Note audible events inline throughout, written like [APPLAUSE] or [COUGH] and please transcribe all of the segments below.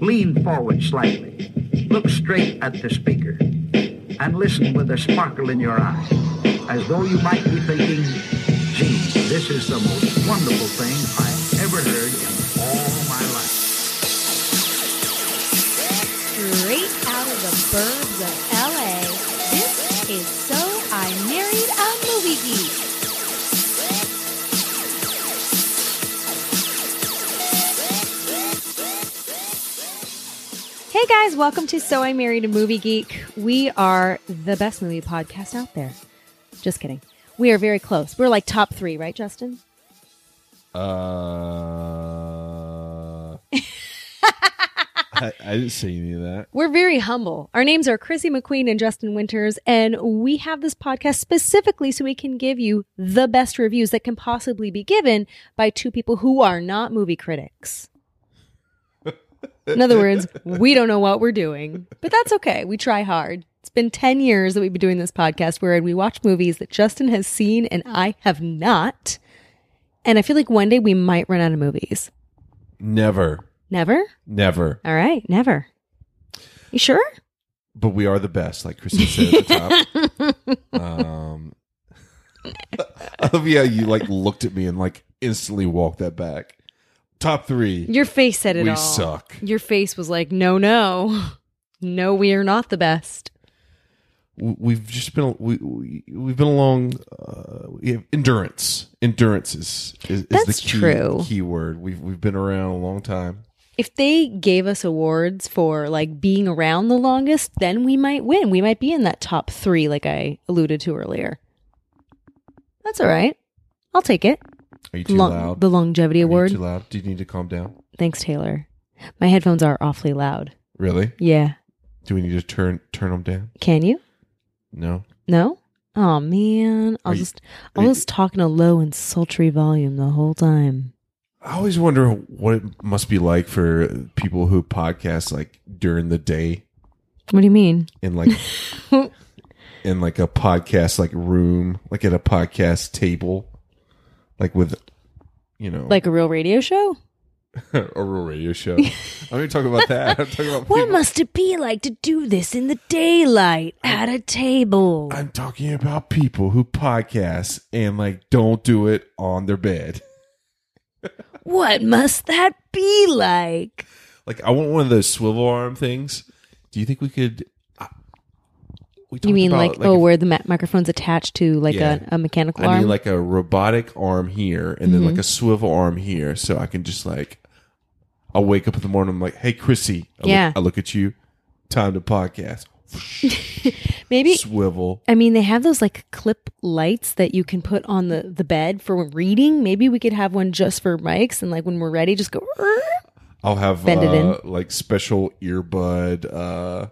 Lean forward slightly. Look straight at the speaker. And listen with a sparkle in your eye, as though you might be thinking, gee, this is the most wonderful thing I ever heard in all my life. Straight out of the burbs of LA, this is So I Married a Movie Geek. Hey guys, welcome to So I Married a Movie Geek. We are the best movie podcast out there. Just kidding. We are very close. We're like top three, right, Justin? [LAUGHS] Uh, I, I didn't say any of that. We're very humble. Our names are Chrissy McQueen and Justin Winters, and we have this podcast specifically so we can give you the best reviews that can possibly be given by two people who are not movie critics. In other words, we don't know what we're doing, but that's okay. We try hard. It's been 10 years that we've been doing this podcast wherein we watch movies that Justin has seen and I have not. And I feel like one day we might run out of movies. Never, Never? never. All right, never. You sure? But we are the best, like Kristen said at the [LAUGHS] top. um, [LAUGHS] I love how you like looked at me and like instantly walked that back. Top three. Your face said it We all. suck. Your face was like, no, no, [LAUGHS] no, we are not the best. W- We've just been we, we we've been along. Uh, we have endurance. Endurance is is, is That's the key, true. key word. We've we've been around a long time. If they gave us awards for like being around the longest, then we might win. We might be in that top three, like I alluded to earlier. That's all right. I'll take it. Are you too Long, loud? the longevity Are you award. Too loud. Do you need to calm down? Thanks, Taylor. My headphones are awfully loud. Really? Yeah. Do we need to turn turn them down? Can you? No. No? Oh man. I'll Are you- just I'll you- just talk in a low and sultry volume the whole time. I always wonder what it must be like for people who podcast like during the day What do you mean? [LAUGHS] in like in like a podcast like room, like at a podcast table, like with you know Like a real radio show? [LAUGHS] a real [LAUGHS] radio show. I'm not talking about that. I'm talking about What people- must it be like to do this in the daylight at a table? I'm talking about people who podcast and like don't do it on their bed. What must that be like? Like I want one of those swivel arm things. Do you think we could? I, we You talked mean about, like, oh, where the ma- microphone's attached to like Yeah. a, a mechanical I arm? Mm-hmm. need like a robotic arm here and then like a swivel arm here so I can just like I'll wake up in the morning I'm like, "Hey Chrissy." I Yeah. Look, I look at you. Time to podcast. Maybe. Swivel. I mean, they have those like clip lights that you can put on the, the bed for reading. Maybe we could have one just for mics and like when we're ready, just go. "Rrr." I'll have Bend it uh, like special earbud uh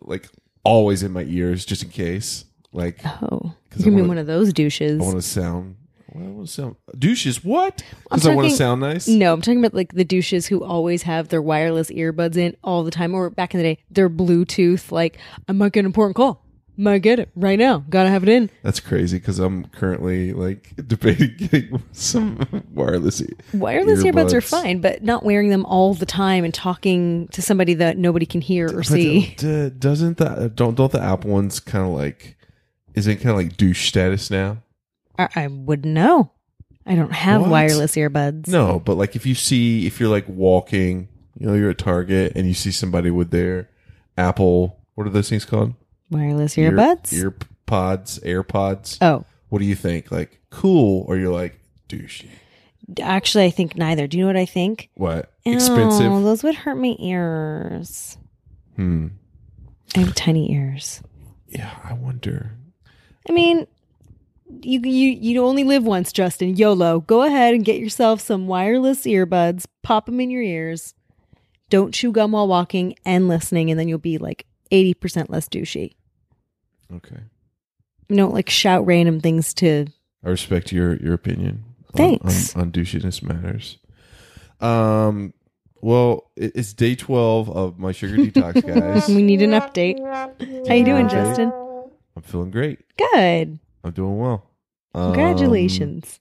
like always in my ears just in case. Like I Oh, 'Cause you're gonna be I wanna- one of those douches. want to sound I want to sound douches what? I'm Cuz I want to talking- sound nice. No, I'm talking about like the douches who always have their wireless earbuds in all the time, or back in the day, their Bluetooth. Like, I might get an important call. Might get it right now. Gotta have it in. That's crazy cuz I'm currently like [LAUGHS] debating getting some wireless e- Wireless earbuds, are Earbuds. fine, but not wearing them all the time and talking to somebody that nobody can hear or But see. d- doesn't the don't don't the Apple ones kind of like isn't kind of like douche status now? I, I wouldn't know. I don't have What? wireless earbuds. No, but like if you see if you're like walking, you know, you're at Target and you see somebody with their Apple, what are those things called? Wireless earbuds? ear pods, AirPods. oh, What do you think? Like cool, or you're like douche? actually, I think neither. Do you know what I think? What expensive? Oh, those would hurt my ears. hmm. I have tiny ears. Yeah, I wonder. I mean, you you you only live once, Justin. YOLO. Go ahead and get yourself some wireless earbuds. Pop them in your ears. Don't chew gum while walking and listening, and then you'll be like eighty percent less douchey. Okay, You don't like shout random things to. [LAUGHS] I respect your your opinion. on- Thanks. on, on, douchiness matters. Um. Well, it- it's day twelve of my [LAUGHS] sugar detox, guys. We need an update. How you doing, Okay. Justin? I'm feeling great. Good. I'm doing well. Um, Congratulations.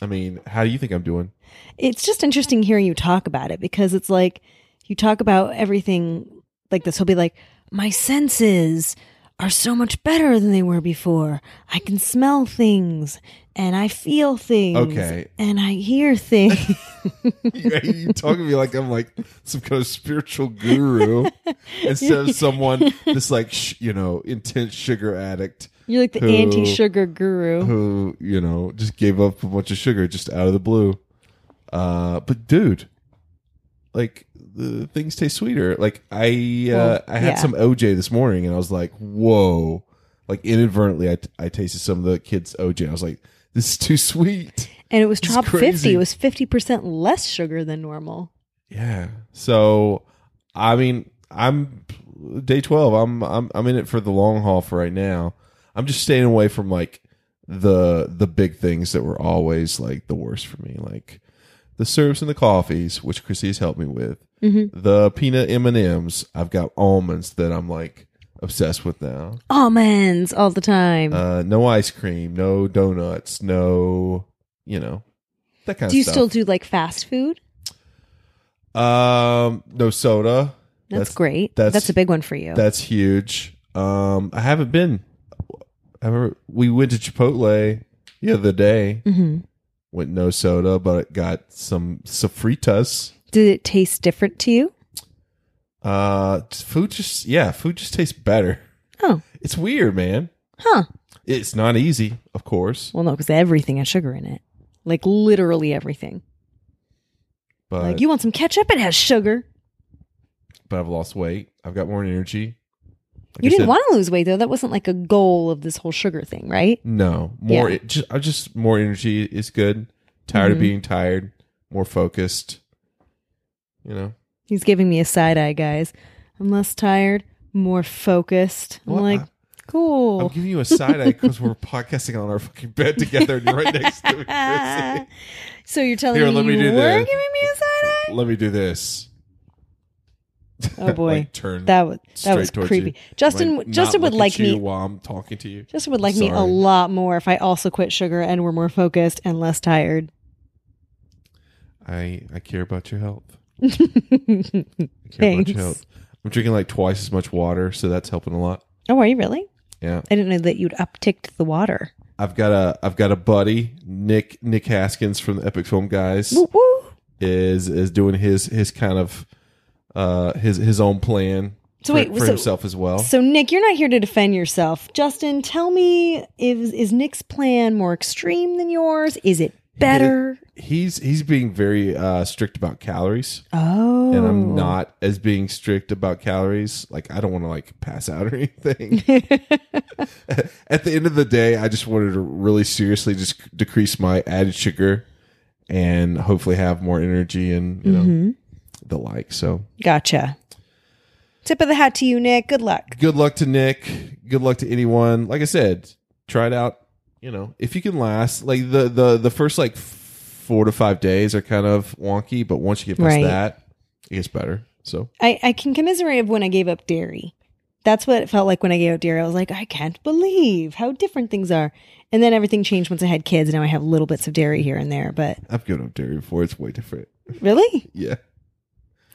I mean, how do you think I'm doing? [LAUGHS] it's just interesting hearing you talk about it because it's like you talk about everything like this. He'll be like, My senses are so much better than they were before. I can smell things and I feel things. Okay. And I hear things. [LAUGHS] you, you talk to me like I'm like some kind of [LAUGHS] spiritual guru instead of someone that's like sh- you know intense sugar addict You're like the Who- anti sugar guru. who you know just gave up a bunch of sugar just out of the blue. Uh, but dude, like the things taste sweeter. Like I uh, Well, I had yeah. some OJ this morning and I was like, whoa. Like inadvertently, I, t- I tasted some of the kids' OJ. I was like, this is too sweet. and it was top 50. crazy. It was 50% less sugar than normal. Yeah. So, I mean, I'm day twelve. I'm I'm I'm in it for the long haul for right now. I'm just staying away from like the the big things that were always like the worst for me, like the syrups and the coffees, which Chrissy has helped me with. Mm-hmm. The peanut M and M's. I've got almonds that I'm like obsessed with now. Almonds all the time. Uh, no ice cream, no donuts, no you know that kind do you of stuff. still do like fast food? um no soda. That's, great. that's- That's, a big one for you. That's huge. Um, I haven't been. I remember we went to Chipotle the other day. hmm Went no soda, but got some sofritas. Did it taste different to you? Uh, food just yeah, food just tastes better. Oh, It's weird, man. huh. It's not easy, of course, Well, no, because everything has sugar in it. Like literally everything. but like you want some ketchup? It has sugar. but I've lost weight. I've got more energy. Like you I didn't said, want to lose weight though. That wasn't like a goal of this whole sugar thing, right? no more. Yeah. Mm-hmm. It just, I just more energy is good. Tired of being tired. More focused. You know. He's giving me a side eye, guys. I'm less tired, more focused. I'm What? like, I- I'm cool. giving you a side eye because we're podcasting on our fucking bed together and you're right next to [LAUGHS] me. Chrissy. Ah. so you're telling Here, me let me you do were this. giving me a side [LAUGHS] eye? Let me do this. Oh boy, Like, turn that was that straight was towards creepy. you. Justin, Like, not Justin would look at like you me. while I'm talking to you. Justin would like me a Sorry. lot more if I also quit sugar and were more focused and less tired. I I care about [LAUGHS] your health. I care about Thanks. your health. I'm drinking like twice as much water, so that's helping a lot. Oh, are you really? Yeah, I didn't know that you'd upticked the water. I've got a I've got a buddy Nick Nick Haskins from the Epic Film Guys. Woo woo. is is doing his his kind of uh his his own plan So for, wait, for so- himself as well. So Nick, you're not here to defend yourself. Justin, tell me is is Nick's plan more extreme than yours? Is it better? he's he's being very uh strict about calories oh. and I'm not as being strict about calories. Like I don't want to like pass out or [LAUGHS] anything. At the end of the day, I just wanted to really seriously just decrease my added sugar and hopefully have more energy and you Mm-hmm. know the like. So Gotcha. Tip of the hat to you, Nick. Good luck. good luck to Nick. Good luck to anyone. Like I said, try it out. You know, if you can last, like the the the first like four to five days are kind of wonky, but once you get past Right. that, it gets better. So I, I can commiserate of when I gave up dairy. That's what it felt like when I gave up dairy. I was like, I can't believe how different things are. And then everything changed once I had kids. Now I have little bits of dairy here and there. But I've given up dairy before. It's way different. really? Yeah,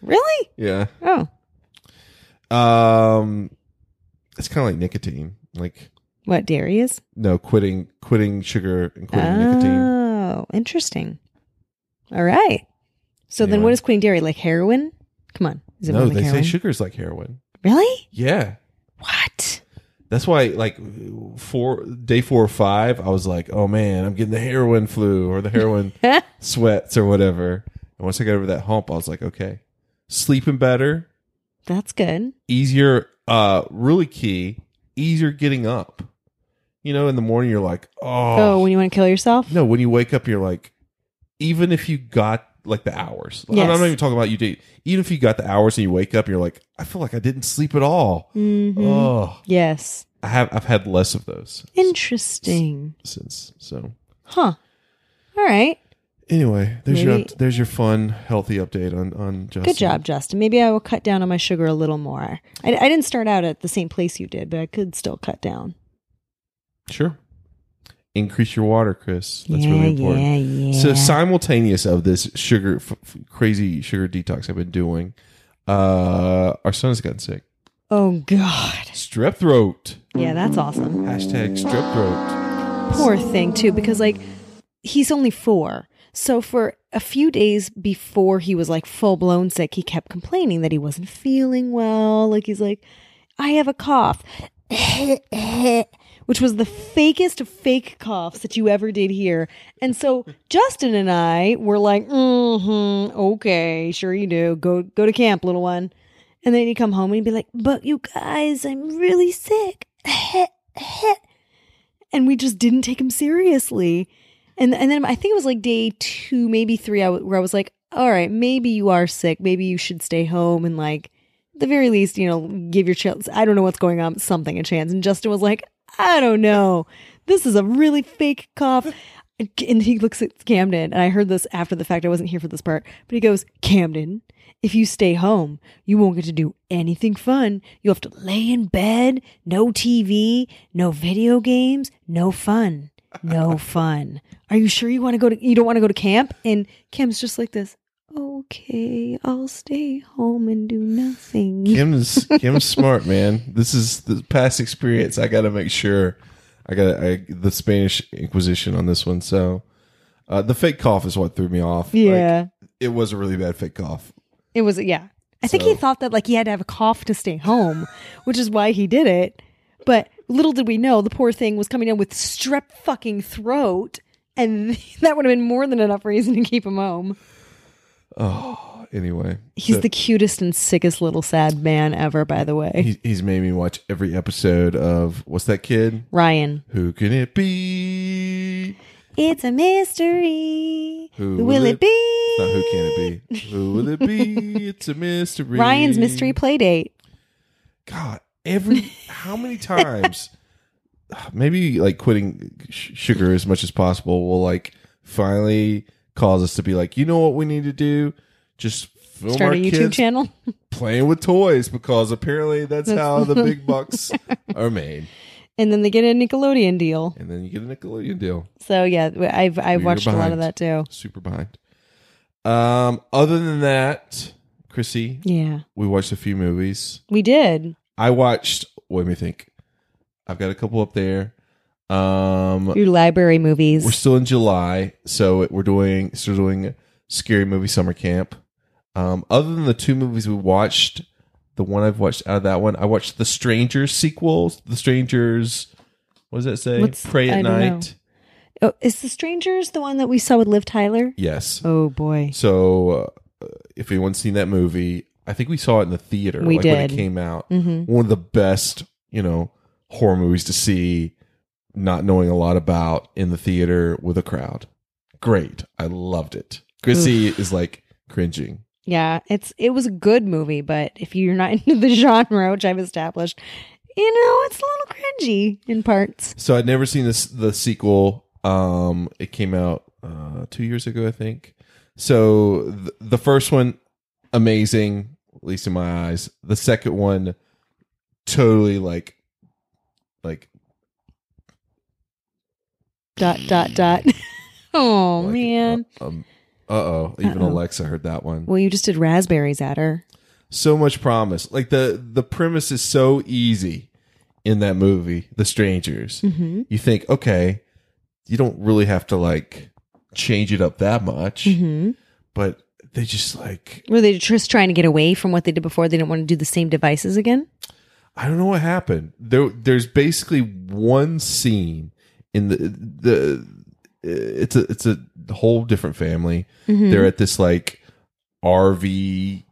Really? yeah. Oh. Um, it's kind of like nicotine. Like What dairy is? no quitting, quitting sugar and quitting nicotine. Oh, interesting. All right. So then Anyway. what is quitting dairy? Like heroin? Come on. Is it No, more like they say heroin? sugar is like heroin. Really? Yeah, What? That's why, like, four day four or five, I was like, "Oh man, I'm getting the heroin flu or the heroin sweats or whatever." And once I got over that hump, I was like, "Okay, sleeping better, That's good. easier. Uh, really key, easier getting up. You know, in the morning, you're like, Oh, oh, when you want to kill yourself? no. When you wake up, you're like, even if you got like the hours, I'm Yes. not even talking about you did. Even if you got the hours and you wake up, you're like, I feel like I didn't sleep at all. Mhm. Oh, Yes. I have. I've had less of those. Interesting. since. So Huh. All right. anyway, there's your Maybe- there's your fun healthy update on on Justin. Good job, Justin. Maybe I will cut down on my sugar a little more. I, I didn't start out at the same place you did, but I could still cut down. Sure. Increase your water, Chris. That's yeah, really important. Yeah, yeah. So simultaneous of this sugar f- f- crazy sugar detox I've been doing, Uh, our son's gotten sick. Oh God. Strep throat. Yeah, that's awesome. Hashtag strep throat. Poor thing too, because like he's only four. So for a few days before he was like full blown sick, he kept complaining that he wasn't feeling well. Like he's like, I have a cough. [LAUGHS] Which was the fakest of fake coughs that you ever did hear. And so Justin and I were like, mm-hmm, okay, sure you do. Go go to camp, little one. And then he'd come home and he'd be like, But you guys, I'm really sick. [LAUGHS] and we just didn't take him seriously. And and then I think it was like day two, maybe three, I w- where I was like, all right, maybe you are sick. Maybe you should stay home and like, at the very least, you know, give your chance. I don't know what's going on, but something a chance. And Justin was like, I don't know. This is a really fake cough. And he looks at Camden, and I heard this after the fact. I wasn't here for this part, but he goes, Camden, if you stay home, you won't get to do anything fun. You'll have to lay in bed, no TV, no video games, no fun. No [LAUGHS] fun. Are you sure you want to go to you don't want to go to camp? And Kim's just like this. Okay, I'll stay home and do nothing. Kim's Kim's smart man. This is the past experience. I got to make sure. I got I, the Spanish Inquisition on this one. So uh, the fake cough is what threw me off. Like, Yeah. it was a really bad fake cough. It was yeah. I think he So- thought that like he had to have a cough to stay home, which is why he did it. But little did we know the poor thing was coming down with strep fucking throat, and [LAUGHS] that would have been more than enough reason to keep him home. Anyway, He's so the cutest and sickest little sad man ever, by the way. he, he's made me watch every episode of what's that kid? Ryan. Who can it be? It's a mystery. Who Who, will will it, it- be? It's not who can it be? Who will it be? [LAUGHS] It's a mystery. Ryan's mystery playdate. God, every how many times? [SIGHS] Maybe like quitting sh- sugar as much as possible will like finally cause us to be like, you know what we need to do? Just film Start our a YouTube kids channel. playing with toys because apparently that's [LAUGHS] how the big bucks are made. And then they get a Nickelodeon deal. And then you get a Nickelodeon deal. So yeah, I've I've You're watched a lot of behind. that too. Super behind. Um, other than that, Chrissy, Yeah. we watched a few movies. We did. I watched. Wait, let me think. I've got a couple up there. Um, Your library we're movies. still in July, so we're doing still doing scary movie summer camp. Um, other than the two movies we watched, the one I've watched out of that one, I watched the Strangers sequel. The Strangers, what does that say? What's- Pray I at don't night. Oh, is The Strangers the one that we saw with Liv Tyler? Yes. Oh boy. So, uh, if anyone's seen that movie, I think we saw it in the theater. We like when it did. came out. Mm-hmm. one of the best, you know, horror movies to see, not knowing a lot about in the theater with a crowd. Great. I loved it. Chrissy is like cringing. Yeah, it's it was a good movie, but if you're not [LAUGHS] into the genre, which I've established, you know, it's a little cringy in parts. So I'd never seen this the sequel. Um it came out uh 2 years ago, I think. So th- the first one amazing, at least in my eyes. The second one totally like like Dot dot dot. [LAUGHS] oh man. Uh, um, uh-oh, even Uh-oh. Alexa heard that one. well, you just did raspberries at her. so much promise. Like the the premise is so easy in that movie, The Strangers. Mm-hmm. You think, okay, you don't really have to like change it up that much, Mm-hmm. but they just like Were they just trying to get away from what they did before? They didn't want to do the same devices again. I don't know what happened. There there's basically one scene in the the it's a it's a whole different family. Mhm. They're at this like RV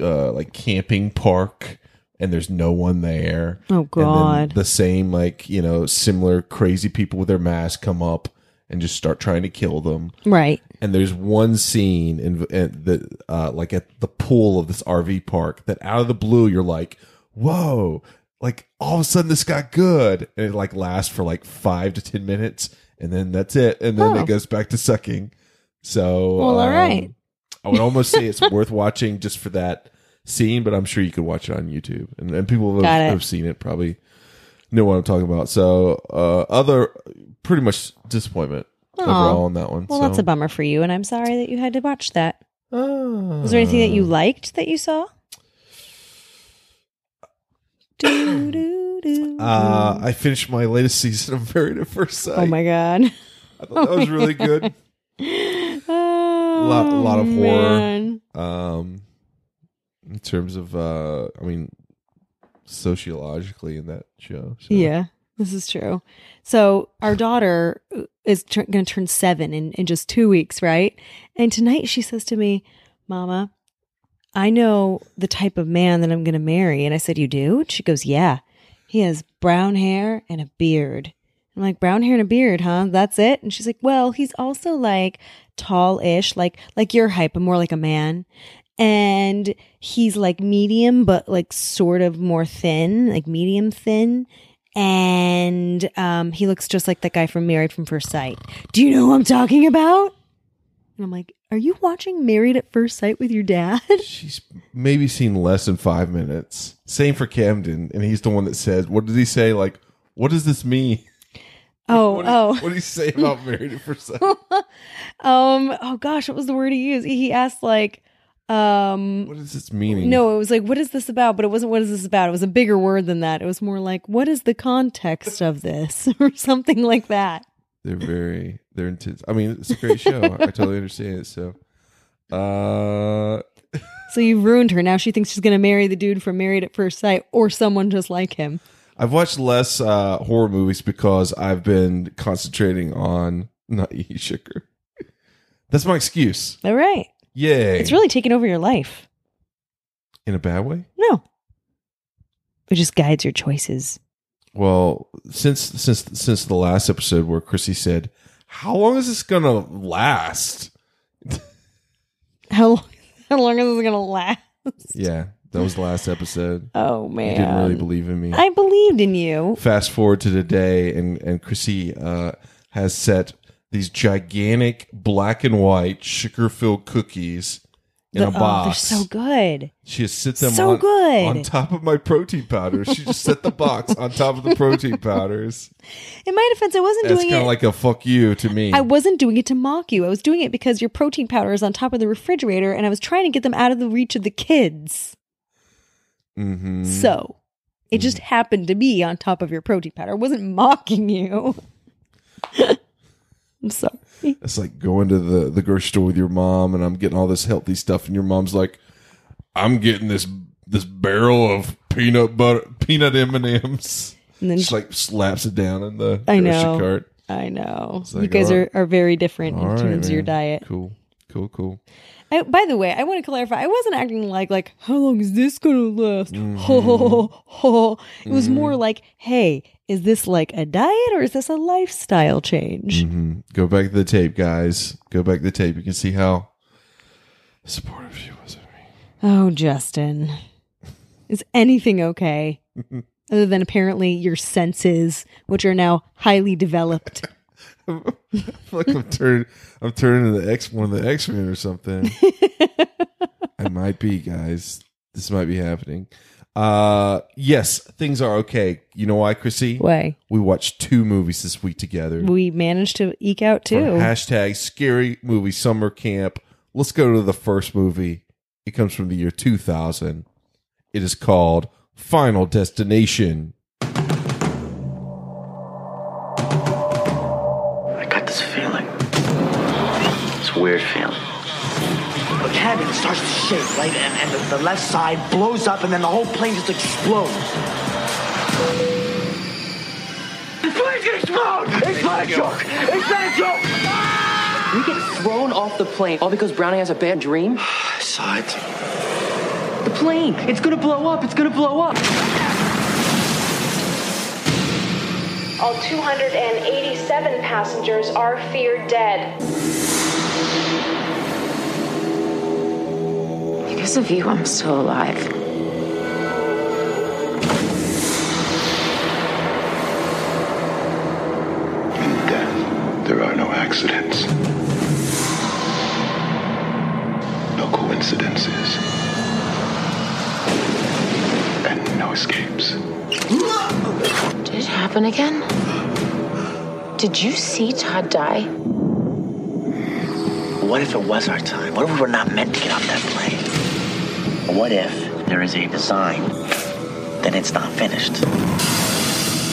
uh like camping park and there's no one there. Oh And then God. the same, like, you know, similar crazy people with their masks come up and just start trying to kill them. right. And there's one scene in, in the, uh, like at the pool of this RV park that out of the blue, you're like, whoa, like all of a sudden this got good. And it like lasts for like five to 10 minutes. And then that's it. And then Oh. it goes back to sucking. So, um, Well, all right. I would almost [LAUGHS] say it's worth watching just for that scene, but I'm sure you could watch it on YouTube. And, and people have, Got it. have seen it probably know what I'm talking about. So, uh, other pretty much disappointment Aw. overall on that one. Well, so. that's a bummer for you, and I'm sorry that you had to watch that. Uh, Was there anything that you liked that you saw? [SIGHS] do, do, do. Uh, I finished my latest season of Married at First Sight. oh my god. I thought that [LAUGHS] was really good. A Lot- lot Oh, of horror. Um, in terms of, uh, I mean, sociologically in that show. so. Yeah, this is true. So our daughter is tr- going to turn seven in, in just two weeks, right? And tonight she says to me, "Mama, I know the type of man that I'm going to marry." And I said, "You do?" And she goes, "Yeah. He has brown hair and a beard." I'm like, "Brown hair and a beard, huh? That's it?" And she's like, "Well, he's also like tall-ish, like like your height, but more like a man." And he's like medium, but like sort of more thin, like medium thin and um, he looks just like that guy from Married from First Sight. Do you know who I'm talking about? And I'm like, are you watching Married at First Sight with your dad? [LAUGHS] She's maybe seen less than five minutes. Same for Camden, and he's the one that says, "What did he say? Like, what does this mean? Oh, What did, oh, what did he say about married at [LAUGHS] first sight? um, oh gosh, what was the word he used? He asked like, um, What is this meaning? no, it was like, what is this about? But it wasn't. What is this about? It was a bigger word than that. It was more like, what is the context of this, [LAUGHS] or something like that. they're very they're intense. I mean, it's a great show. I totally understand it. So, uh, So you ruined her. Now she thinks she's gonna marry the dude from Married at First Sight, or someone just like him. I've watched less uh, horror movies because I've been concentrating on [LAUGHS] Naive Sugar. That's my excuse. All right. Yay! It's really taken over your life. in a bad way. No. It just guides your choices. Well, since since since the last episode where Chrissy said, "How long is this gonna last?" How long, [LAUGHS] how long is this going to last? Yeah, that was the last episode. Oh, man. You didn't really believe in me. I believed in you. Fast forward to today, and and Chrissy uh, has set these gigantic black and white sugar-filled cookies in The- a oh, they're box. so good. She just sits them So on, good. on top of my protein powder. She [LAUGHS] just set the box on top of the protein powders. In my defense, I wasn't That's doing kind it. of like a fuck you to me. I wasn't doing it to mock you. I was doing it because your protein powder is on top of the refrigerator and I was trying to get them out of the reach of the kids. mm-hmm. So it Mm. just happened to be on top of your protein powder. I wasn't mocking you. [LAUGHS] I'm sorry. It's like going to the, the grocery store with your mom, and I'm getting all this healthy stuff, and your mom's like, "I'm getting this this barrel of peanut butter peanut M and M's." And then Just like slaps it down in the I grocery know. cart. I know. you like, guys all are, are very different in All right, terms of your man. diet. Cool, cool, cool. I, by the way, I want to clarify. I wasn't acting like like how long is this gonna last? [LAUGHS] Mm-hmm. Ho, ho, ho, ho. It was more like, hey, is this like a diet or is this a lifestyle change? hmm Go back to the tape, guys. Go back to the tape. You can see how supportive she was of me. Oh, Justin, is anything [LAUGHS] okay? Other than apparently your senses, which are now highly [LAUGHS] developed. I feel like I'm turning, I'm turning into the X one of the X Men or something. I might be, guys. This might be happening. Uh yes, things are okay. You know why, Chrissy? Way We watched two movies this week together. we managed to eke out For too. hashtag scary movie summer camp. Let's go to the first movie. It comes from the year 2000. It is called Final Destination. I got this feeling. It's a weird feeling. The cabin starts to shake, right? And, and the, the left side blows up, and then the whole plane just explodes. The plane's gonna explode! It's not a joke! It's not a joke! You get [LAUGHS] thrown off the plane all because Brownie has a bad dream? I saw it. The plane! It's gonna blow up! It's gonna blow up! All 287 passengers are feared dead. Because of you, I'm still alive. In death, there are no accidents, no coincidences, and no escapes. Did it happen again? Did you see Todd die? What if it was our time? What if we were not meant to get off that plane? What if there is a design then it's not finished.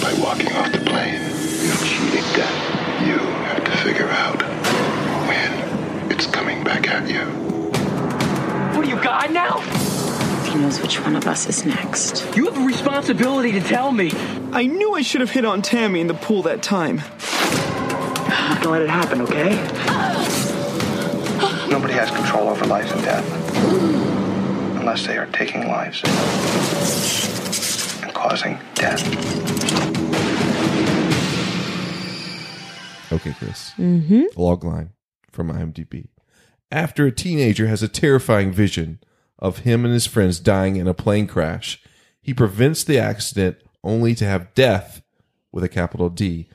By walking off the plane, you cheated death. You have to figure out when it's coming back at you. What do you got now? He knows which one of us is next. You have a responsibility to tell me. I knew I should have hit on Tammy in the pool that time. Don't let it happen, okay? Nobody has control over life and death unless they are taking lives and causing death. Okay, Chris. Mm-hmm. Log line from IMDb. After a teenager has a terrifying vision of him and his friends dying in a plane crash, he prevents the accident only to have death with a capital D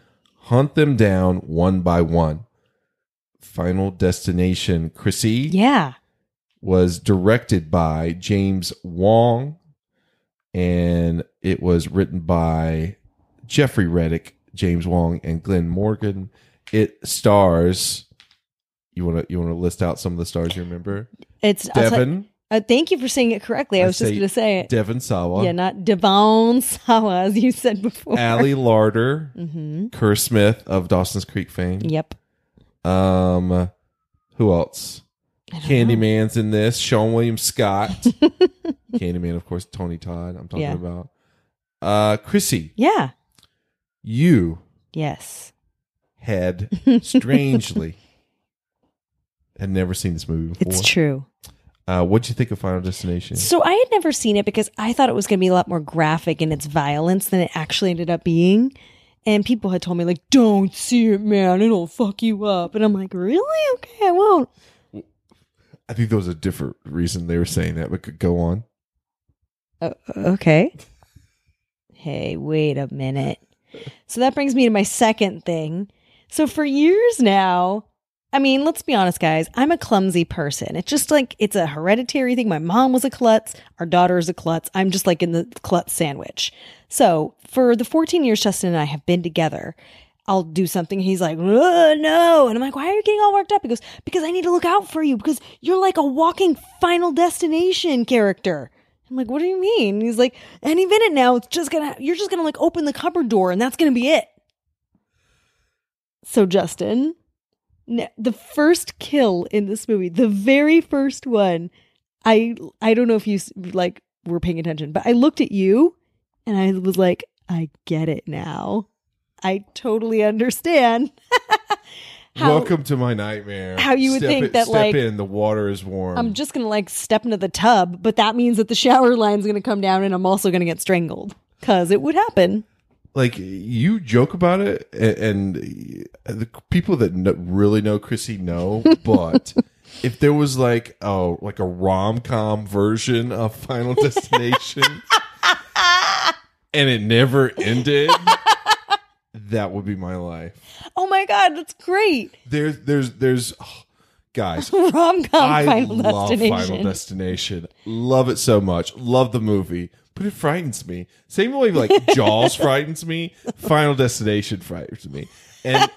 hunt them down one by one. Final Destination, Chrissy, Yeah. was directed by James Wong and it was written by Jeffrey Reddick, James Wong, and Glenn Morgan. It stars. You want to you want to list out some of the stars you remember? It's I'll tell- Devon. uh, thank you for saying it correctly. I, was just say going to say it. Devon Sawa. yeah, not Devon Sawa, as you said before. Allie Larder, Mm-hmm. Kerr Smith of Dawson's Creek fame. [LAUGHS] Yep. Um, who else? I don't know. Candyman's in this. Sean [LAUGHS] William Scott. Candyman, of course. Tony Todd. I'm talking Yeah. about. Uh, Chrissy, Yeah. you Yes. [LAUGHS] had strangely had never seen this movie before. It's true. Uh, what'd you think of Final Destination? So I had never seen it because I thought it was going to be a lot more graphic in its violence than it actually ended up being. And people had told me like, "Don't see it, man. It'll fuck you up." And I'm like, "Really? Okay, I won't." I think there was a different reason they were saying that, but could go on. Uh, okay. Hey, wait a minute. So that brings me to my second thing. So for years now, I mean, let's be honest, guys, I'm a clumsy person. It's just like it's a hereditary thing. My mom was a klutz, our daughter is a klutz. I'm just like in the klutz sandwich. So for the 14 years Justin and I have been together, I'll do something. He's like, "Uh, no. And I'm like, why are you getting all worked up? He goes, because I need to look out for you because you're like a walking final destination character. I'm like, what do you mean? He's like, any minute now, it's just gonna, you're just gonna like open the cupboard door and that's gonna be it. So, Justin, n- the first kill in this movie, the very first one, I, I don't know if you s- like were paying attention, but I looked at you and I was like, I get it now. I totally understand. How- Welcome to my nightmare. how you would Step think in- that, step like, in, the water is warm. I'm just gonna like step into the tub, but that means that the shower line's gonna come down and I'm also gonna get strangled. Cause it would happen. like you joke about it, a- and, the people that kn really know Chrissy know. But if there was like oh, like a rom com version of Final Destination, and it never ended, that would be my life. Oh my god, that's great. [LAUGHS] There's there's there's oh, guys. Rom I com [LAUGHS] final love destination. Final Destination. Love it so much. Love the movie, but it frightens me. Same [LAUGHS] way like Jaws frightens me. Final Destination frightens me. And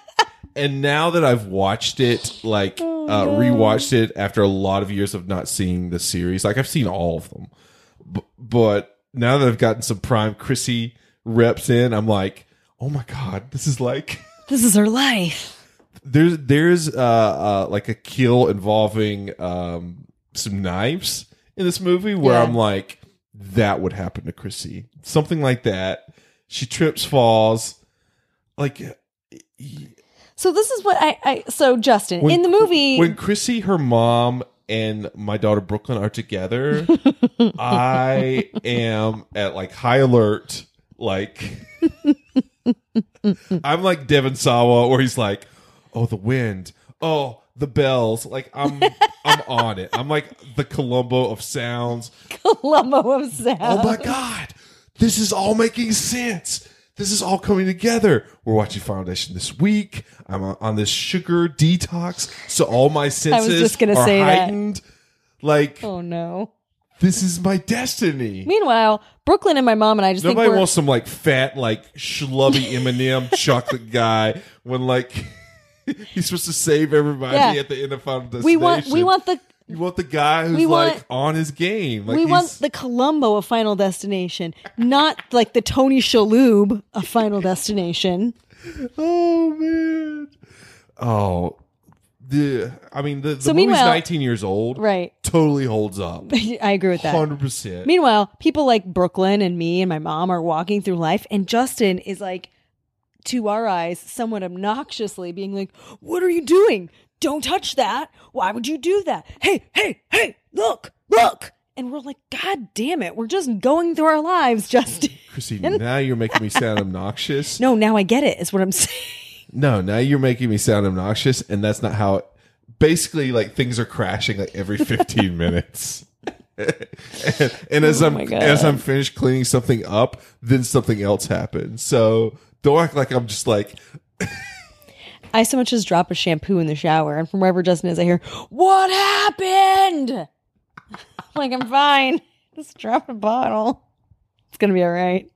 and now that I've watched it, like Oh, uh, rewatched it after a lot of years of not seeing the series, like I've seen all of them, B- but now that I've gotten some prime Chrissy reps in, I'm like, oh my god, this is like this is her life. there's there's uh, uh like a kill involving um some knives in this movie where Yeah. I'm like that would happen to Chrissy something like that she trips falls like So this is what I, I so Justin, When- in the movie when [LAUGHS] Chrissy her mom and my daughter Brooklyn [LAUGHS] are together I am at like high alert like [LAUGHS] I'm like Devin Sawa, where he's like, "Oh, the wind. Oh, the bells." Like I'm, I'm on it. I'm like the Columbo of sounds. Columbo of Sound. Oh my god, this is all making sense. This is all coming together. We're watching Foundation this week. I'm on- on this sugar detox, so all my senses just gonna are say that. heightened. Like Oh no. this is my destiny. Meanwhile, Brooklyn and my mom and I just Nobody think we're, wants some like fat, like schlubby [LAUGHS] Eminem chocolate guy when like [LAUGHS] he's supposed to save everybody Yeah. at the end of Final Destination. we want we want the You want the guy who's We want- like on his game. Like we he's- want the Columbo of Final Destination, not like the Tony Shalhoub of Final Destination. [LAUGHS] Oh man. Oh, the I mean the, the So movie's meanwhile- 19 years old. Right. Totally holds [LAUGHS] up. I agree with that. 100%. Meanwhile, people like Brooklyn and me and my mom are walking through life, and Justin is like, to our eyes, somewhat obnoxiously being like, What are you doing? Don't touch that. Why would you do that? Hey, hey, hey, look, look. And we're like, God damn it. We're just going through our lives, [LAUGHS] Justin. Chrissy, now you're making [LAUGHS] me sound obnoxious. No, now I get it, is what I'm [LAUGHS] saying. No, now you're making me sound obnoxious, and that's not how. basically, like things are crashing like [LAUGHS] every 15 minutes. [LAUGHS] and, and Oh as I'm as I'm finished cleaning something up, then something else happens. So don't act like I'm just like I so much as drop a shampoo in the shower, and from wherever Justin is, I hear, What happened? [LAUGHS] I'm like, I'm fine. Just drop a bottle. It's going to be all right.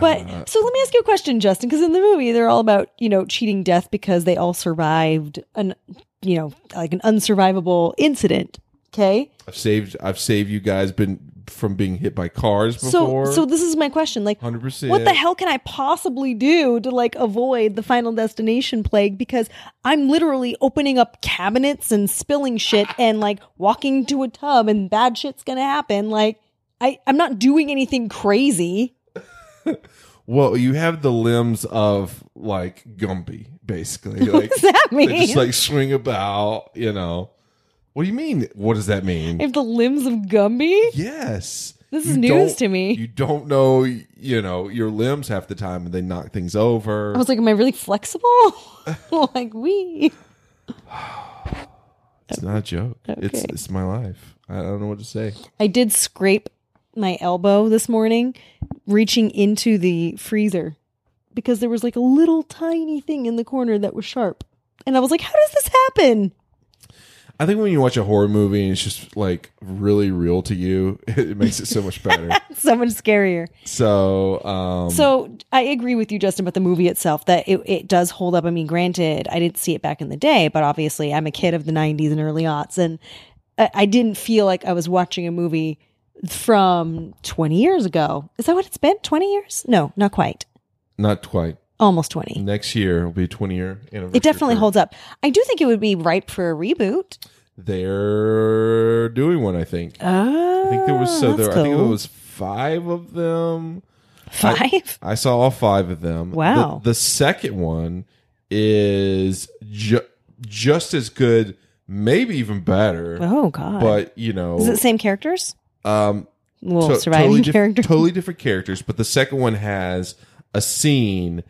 But so let me ask you a question, Justin, because in the movie, they're all about, you know, cheating death because they all survived an, you know, like an unsurvivable incident. Okay. I've saved I've saved you guys been from being hit by cars before. So, so this is my question. Like, 100%. what the hell can I possibly do to like avoid the final destination plague? Because I'm literally opening up cabinets and spilling shit and like walking to a tub and bad shit's gonna happen. Like, I, I'm not doing anything crazy. [LAUGHS] Well, you have the limbs of like Gumby, basically. [LAUGHS] Like, does that They just mean? like swing about, you know. What do you mean? What does that mean? I have the limbs of Gumby. yes. This is news don't- to me. You don't know, you know, your limbs half the time and they knock things over. I was like, am I really flexible? [LAUGHS] like, we. it's not a joke. It's Okay. it's my life. I don't know what to say. I did scrape my elbow this morning reaching into the freezer because there was like a little tiny thing in the corner that was sharp. And I was like, how does this happen? I think when you watch a horror movie and it's just like really real to you, [LAUGHS] it makes it so [LAUGHS] much better. It's so much scarier. so, um So I agree with you, Justin, about the movie itself, that it, it does hold up. I mean, granted, I didn't see it back in the day, but obviously I'm a kid of the 90s and early aughts. And I, I didn't feel like I was watching a movie from 20 years ago. Is that what it's been? 20 years? No, not quite. not quite. Almost 20. Next year will be 20 year anniversary. It definitely for- holds up. I do think it would be ripe for a reboot. They're doing one, I think. I think there was so Oh, that's there. I think it cool. was five of them. Five? I saw all five of them. Wow. The, the second one is ju- just as good, maybe even better. [LAUGHS] oh God! But you know, Is it the same characters? um, Well, to- surviving totally diff- character. [LAUGHS] totally different characters. But the second one has a scene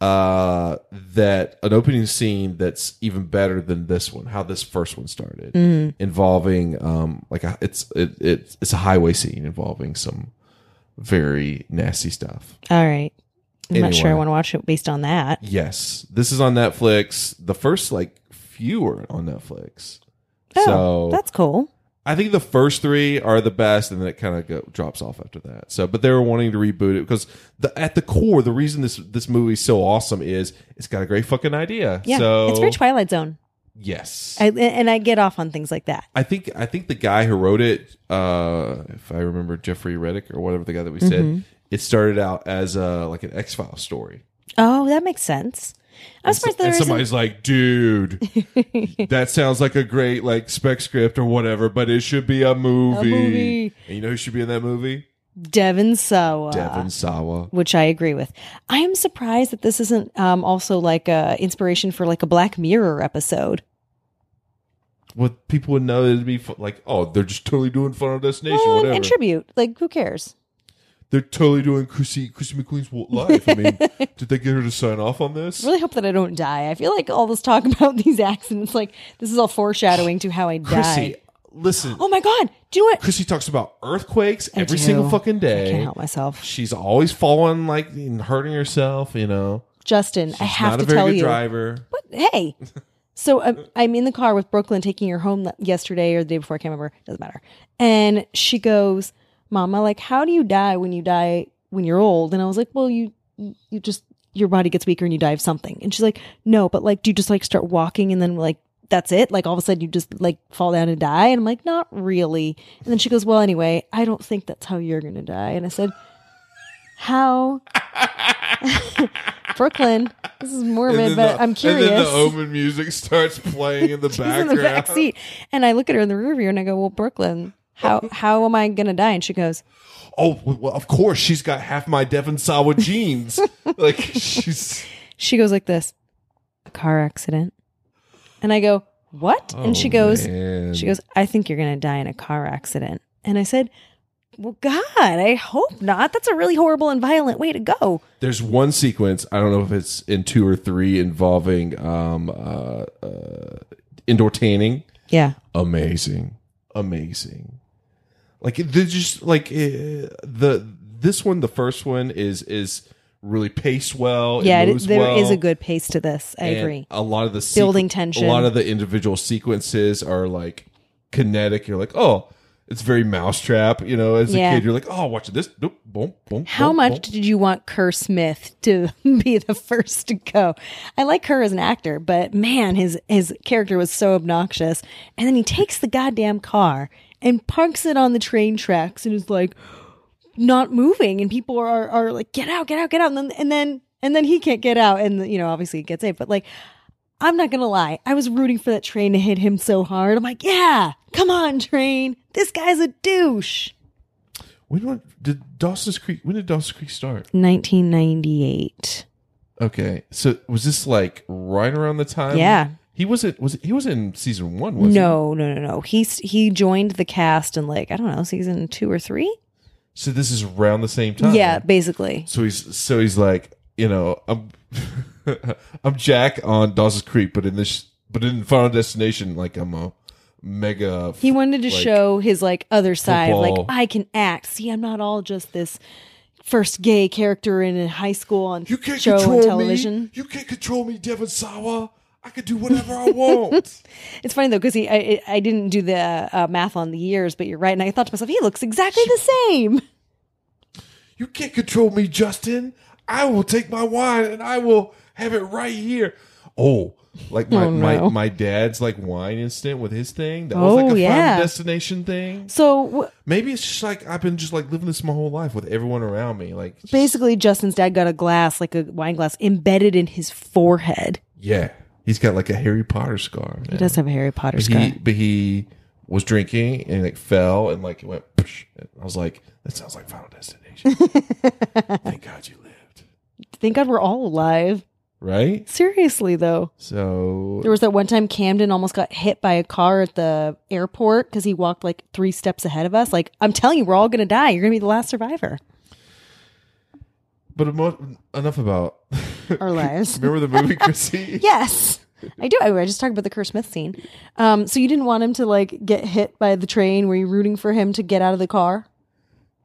uh that an opening scene that's even better than this one how this first one started Mm-hmm. involving um like a, it's it, it it's a highway scene involving some very nasty stuff All right. I'm not sure I Anyway. want to watch it based on that. Yes, this is on Netflix. The first like few were on Netflix. Oh, so that's cool. I think the first three are the best, and then it kind of go, drops off after that. So, but they were wanting to reboot it because the, at the core, the reason this this movie is so awesome is it's got a great fucking idea. Yeah, so it's very Twilight Zone. yes, I, and I get off on things like that. I think I think the guy who wrote it, uh, if I remember Jeffrey Reddick or whatever the guy that we Mm-hmm. said, it started out as a like an X Files story. Oh, that makes sense. I'm surprised there and isn't. somebody's [LAUGHS] like, dude, that sounds like a great like spec script or whatever, but it should be a movie. movie. And you know who should be in that movie? Devon Sawa. Devon Sawa. Which I agree with. I am surprised that this isn't um, also like a inspiration for like a Black Mirror episode. What people would know it'd be fu- like, oh, they're just totally doing Final Destination, Well, and- whatever. and tribute. Like, who cares? they're totally doing Chrissy Chrissy McQueen's wa- life. I [LAUGHS] mean, did they get her to sign off on this? really hope that I don't die. I feel like all this talk [LAUGHS] about these accidents, like this is all foreshadowing to how I Chrissy, died. listen. Oh my god! Do you know what? Chrissy talks about earthquakes I every do. single fucking day. I can't help myself, She's always falling, like and hurting herself. You know, Justin. I She's have not to a very tell good you. driver. What? Hey. So um, I'm in the car with Brooklyn taking her home le- yesterday or the day before. I can't remember. Doesn't matter. And she goes, "Mama, like, how do you die when you die when you're old?" And I was like, "Well, you you just your body gets weaker and you die of something." And she's like, "No, but like, do you just like start walking and then like that's it. Like all of a sudden you just like fall down and die. And I'm like, not really. And then she goes, well, anyway, I don't think that's how you're going to die. And I said, how? [LAUGHS] Brooklyn, this is morbid, then but the- I'm curious. And then the Omen music starts playing in [LAUGHS] the She's in background. the back seat, and I look at her in the rearview, and I go, "Well, Brooklyn, [LAUGHS] how how am I gonna die?" And she goes, Oh, well, of course she's got half my Devon Sawa [LAUGHS] jeans. like she's she goes like this, a car accident, and I go, "What?" and she Oh, goes, man. she goes, "I think you're gonna die in a car accident." And I said, "Well, God, I hope not. That's a really horrible and violent way to go." There's one sequence. I don't know if it's in two or three involving um, uh, uh, indoor tanning. Yeah, Amazing, amazing. Like they're just like uh, the this one, the first one is is really paced well. yeah, it it, moves there is well. a good pace to this. I And agree. A lot of the sequ- Building tension. A lot of the individual sequences are like kinetic. You're like, oh, it's very mousetrap. You know, as Yeah. a kid, you're like, oh, watch this. Nope, boom, boom. How boom, much boom. did you want Kerr Smith to [LAUGHS] be the first to go? I like her as an actor, but man, his his character was so obnoxious. And then he takes the goddamn car and parks it on the train tracks and is like not moving and people are are like get out, get out, get out and then and then and then he can't get out and you know obviously he gets it, but like I'm not gonna lie. I was rooting for that train to hit him so hard. I'm like, yeah, come on, train. This guy's a douche. When what- did Dawson's Creek? When did Dawson's Creek start? 1998. Okay, so was this like right around the time? Yeah. he wasn't. Was he was in season one? Was No, no, no, no. He's he joined the cast in like I don't know season two or three. So this is around the same time. Yeah, basically. So he's so he's like you know I'm [LAUGHS] I'm Jack on Dawson's Creek, but in this but in Final Destination, like I'm a mega. He wanted to like, show his like other side, of, like football. I can act. See, I'm not all just this first gay character in a high school on You can't show control and television. me. You can't control me, Devon Sawa. I can do whatever I [LAUGHS] want. It's funny though because he I, I- I didn't do the uh, math on the years, but you're right. And I thought to myself, he looks exactly the same. You can't control me, Justin. I will take my wine and I will have it right here. Oh, like my, Oh, no. my, my dad's like wine incident with his thing. That Oh, was like a yeah. final destination thing. So w- Maybe it's just like I've been just like living this my whole life with everyone around me. Like just- basically, Justin's dad got a glass, like a wine glass, embedded in his forehead. Yeah. He's got like a Harry Potter scar. He does have a Harry Potter but scar. he, but he was drinking and it fell and like it went. Psh, And I was like, that sounds like Final [LAUGHS] Destination. Thank God you lived. Thank God we're all alive. Right? Seriously, though. So There was that one time Camden almost got hit by a car at the airport because he walked like three steps ahead of us. Like, I'm telling you, we're all going to die. You're going to be the last survivor. But emo- enough about [LAUGHS] Our lives. Remember the [LAUGHS] movie Chrissy? yes. I do. I, I just talked about the Kerr Smith scene. Um, so you didn't want him to like get hit by the train. Were you rooting for him to get out of the car?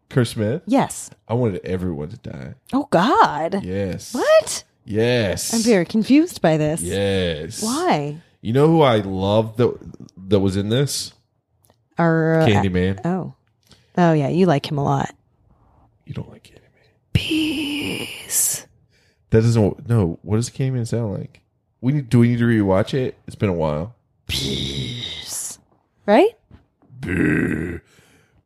Kurt Smith. Yes. I wanted everyone to die. Oh God. Yes. What? Yes. I'm very confused by this. Yes. Why? You know who I loved that that was in this? Our uh, Candyman. Oh. Oh yeah, you like him a lot. you don't like Candyman. Peace. That doesn't. No. What does Candyman sound like? We need, do we need to rewatch it? It's been a while. Right? Be,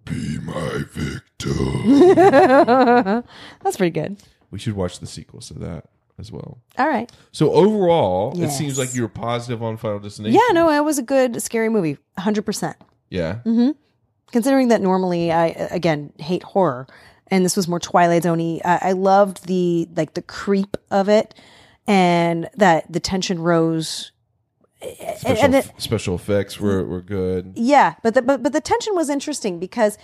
be my victim. [LAUGHS] That's pretty good. We should watch the sequels to that as well. All right. So overall, Yes. it seems like you were positive on Final Destination. Yeah, no, it was a good scary movie. 100%. Yeah. Considering that normally I again hate horror and this was more Twilight Zone-y. I, I loved the like the creep of it and that the tension rose. Special, and it- special effects were were good. Yeah, but the, but but the tension was interesting because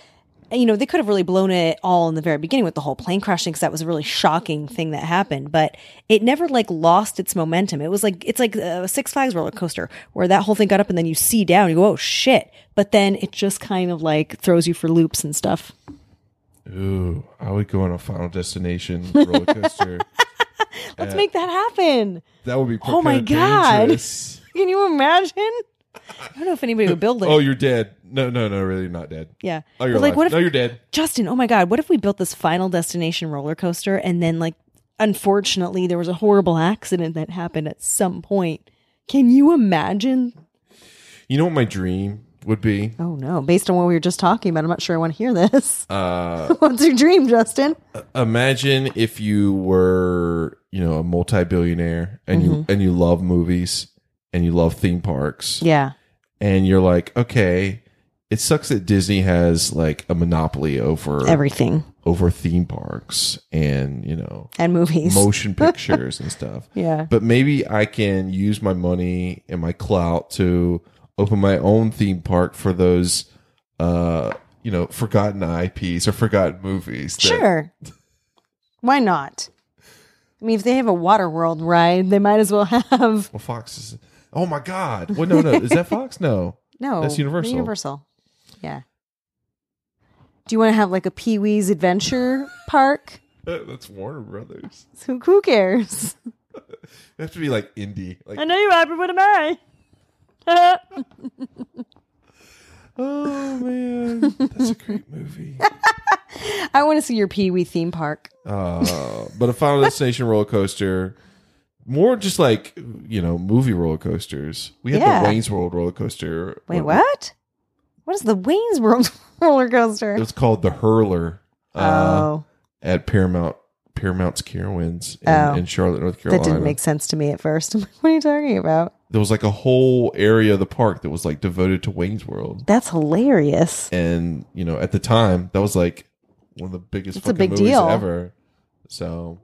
you know, they could have really blown it all in the very beginning with the whole plane crashing because that was a really shocking thing that happened. But it never like lost its momentum. It was like it's like a Six Flags roller coaster where that whole thing got up and then you see down, you go, oh shit! But then it just kind of like throws you for loops and stuff. Ooh, I would go on a [LAUGHS] Final Destination roller coaster. Let's make that happen. that would be Oh my kinda God. [LAUGHS] dangerous. Can you imagine? I don't know if anybody would build it. Oh, you're dead. No, no, no, really, you're not dead. yeah. Oh, you're But, alive. no, you're dead. Justin, oh my God, what if we built this final destination roller coaster and then, like, unfortunately, there was a horrible accident that happened at some point? Can you imagine? You know what my dream would be? Oh no! Based on what we were just talking about, I'm not sure I want to hear this. Uh, [LAUGHS] What's your dream, Justin? imagine if you were, you know, a multi-billionaire and you Mm-hmm. and you love movies and you love theme parks Yeah. and you're like, okay, it sucks that Disney has like a monopoly over Everything over theme parks and, you know, and [LAUGHS] movies. motion pictures and stuff. Yeah. But maybe I can use my money and my clout to open my own theme park for those uh you know, forgotten IPs or forgotten movies. that- Sure. Why not? I mean, if they have a water world ride, they might as well [LAUGHS] have Well, Fox is. Oh my God! Well, no, no, is [LAUGHS] that Fox? No, no. That's Universal. Universal. Yeah. Do you want to have like a Pee Wee's Adventure Park? [LAUGHS] Uh, that's Warner Brothers. Who, who cares? It has to be like indie. Like, I know you are, but what am I? [LAUGHS] oh [LAUGHS] man, that's a great movie. I want to see your Pee Wee theme park. Uh, but a Final Destination roller coaster, more just like you know movie roller coasters. We had Yeah. the Wayne's World roller coaster. Wait, what? What is the Wayne's World [LAUGHS] roller coaster? It was called the Hurler uh, oh, at Paramount Paramount's Carowinds in, Oh. in Charlotte, North Carolina. that didn't make sense to me at first. [LAUGHS] I'm like, what are you talking about? There was like a whole area of the park that was like devoted to Wayne's World. That's hilarious. and you know at the time that was like one of the biggest It's a fucking big movies deal. ever so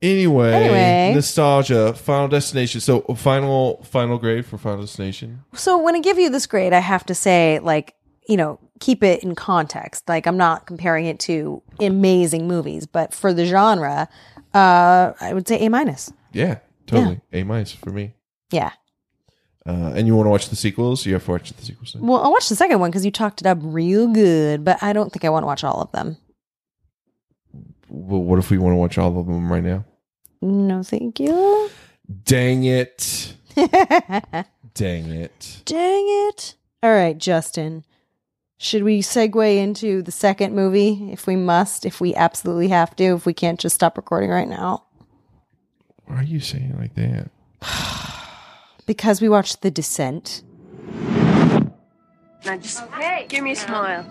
anyway, Anyway. nostalgia final destination so final final grade for final destination So when I give you this grade, I have to say, like, you know, keep it in context. Like, I'm not comparing it to amazing movies, but for the genre, uh, I would say A minus. yeah totally a minus for me Yeah. uh, and you want to watch the sequels you have to watch the sequels now. Well, I'll watch the second one because you talked it up real good, but I don't think I want to watch all of them. well what if we want to watch all of them right now No, thank you. dang [LAUGHS] it Dang dang it it. All right, Justin. Should we segue into the second movie if we must, if we absolutely have to, if we can't just stop recording right now? why are you saying it like that Because we watched The Descent. Now just give me a smile.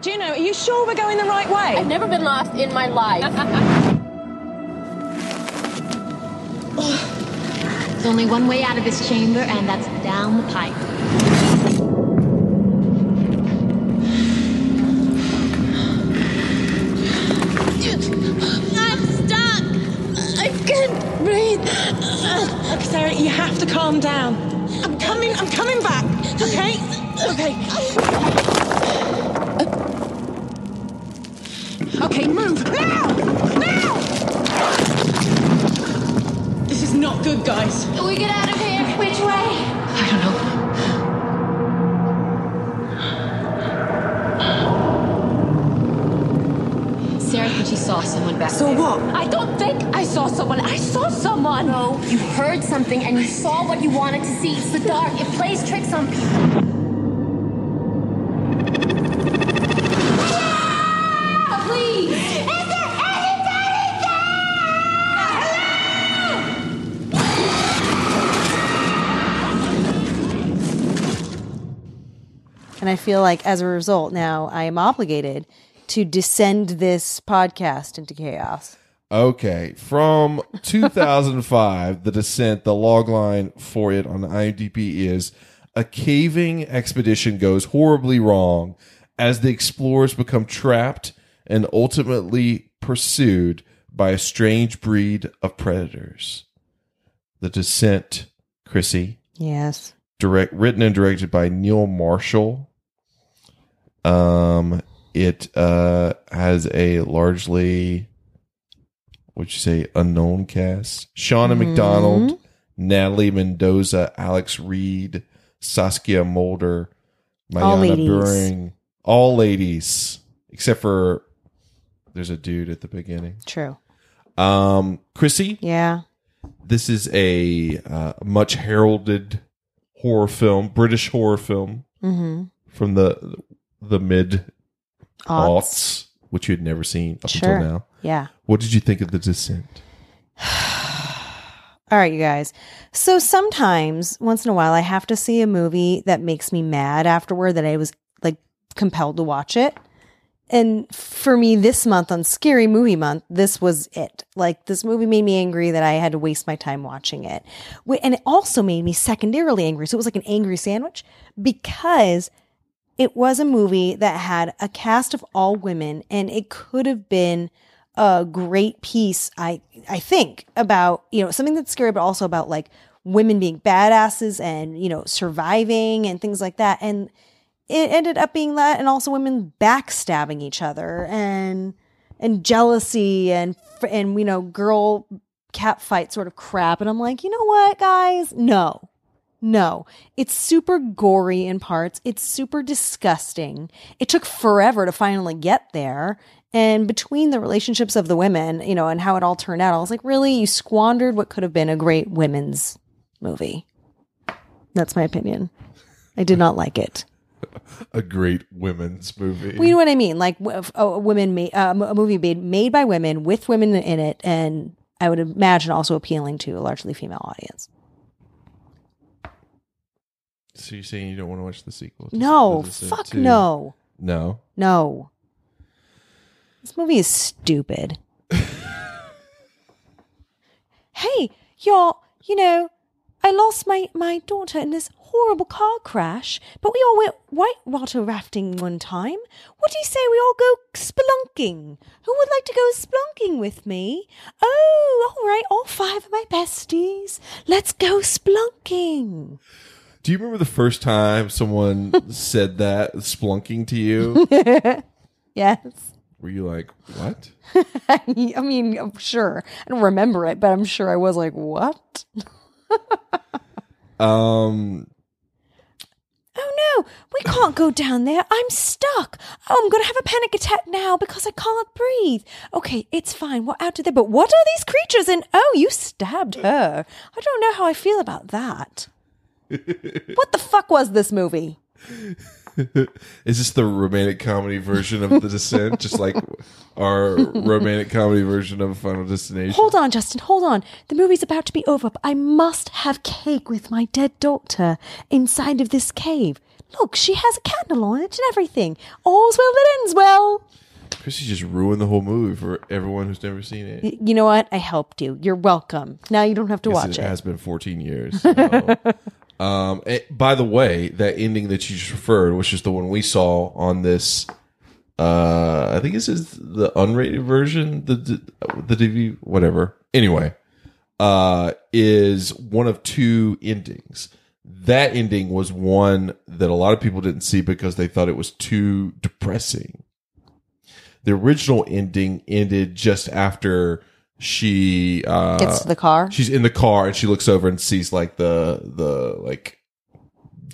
Gino, are you sure we're going the right way? I've never been lost in my life. [SIGHS] There's only one way out of this chamber, and that's down the pipe. I'm stuck. I can't breathe. Look, Sarah, you have to calm down. I'm coming. I'm coming back. Okay. Okay. Okay, move now! Now! This is not good, guys. We get out of here. Which way? I don't know. Sarah thinks she saw someone back So there. what? I don't think I saw someone. I saw someone. No, you heard something and you saw what you wanted to see. It's the dark. It plays tricks on people. Please. Is there anybody there? And I feel like as a result, now I am obligated to descend this podcast into chaos. Okay, from 2005, The Descent, the log line for it on IMDb is a caving expedition goes horribly wrong as the explorers become trapped and ultimately pursued by a strange breed of predators. The Descent, Chrissy, Yes. direct written and directed by Neil Marshall. Um, it uh has a largely, would you say, unknown cast: Shauna Hmm. McDonald, Natalie Mendoza, Alex Reed, Saskia Mulder, All Mayana ladies. Buring, all ladies except for there's a dude at the beginning. True. Um, Chrissy, Yeah. this is a uh, much heralded horror film, British horror film Mm from the the mid hmm. aughts, which you had never seen up Sure. until now. Yeah. What did you think of The Descent? All right, you guys. So sometimes, once in a while, I have to see a movie that makes me mad afterward that I was like compelled to watch it. And for me, this month on Scary Movie Month, this was it. Like, this movie made me angry that I had to waste my time watching it. Wh- And it also made me secondarily angry. So it was like an angry sandwich because it was a movie that had a cast of all women and it could have been a great piece i i think about you know something that's scary but also about like women being badasses and you know surviving and things like that and it ended up being that and also women backstabbing each other and and jealousy and fr- and you know girl cat fight sort of crap and i'm like you know what guys no no, it's super gory in parts. It's super disgusting. It took forever to finally get there. And between the relationships of the women, you know, and how it all turned out, I was like, really? You squandered what could have been a great women's movie. That's my opinion. I did not like it. A great women's movie. Well, you know what I mean? Like w- f- a women, ma- uh, a movie made made by women with women in it, and I would imagine also appealing to a largely female audience. so you're saying you don't want to watch the sequel? to- No, to this, uh, fuck two? no. No. No. This movie is [LAUGHS] stupid. hey, y'all, you know, I lost my, my daughter in this horrible car crash, but we all went whitewater rafting one time. What do you say we all go spelunking? Who would like to go spelunking with me? Oh, all right, all five of my besties. Let's go spelunking. Do you remember the first [LAUGHS] time someone said that splunking to you? Yes. [LAUGHS] Were you like, what? I mean, I'm sure. I don't remember it, but I'm sure I was like, what? Um, Oh no, we can't go down there. I'm stuck. Oh, I'm going to have a panic attack now because I can't breathe. Okay, it's fine. We're out of there. But what are these creatures? And oh, you stabbed her. I don't know how I feel about [LAUGHS] that. what the fuck was this movie? is this the romantic comedy version of The Descent? Just like our romantic comedy version of Final Destination? Hold on, Justin, hold on. The movie's about to be over, but I must have cake with my dead daughter inside of this cave. Look, she has a candle on it and everything. All's well that ends well. Chrissy just ruined the whole movie for everyone who's never seen it. Y- You know what? I helped you. You're welcome. Now you don't have to Yes, watch it. has been 14 [LAUGHS] years. so. um, eh, by the way, that ending that you just referred, which is the one we saw on this, uh, I think this is the unrated version, the the, the DV, whatever. Anyway, uh, is one of two endings. That ending was one that a lot of people didn't see because they thought it was too depressing the original ending ended just after she uh, Gets to the car? She's in the car and she looks over and sees like the the like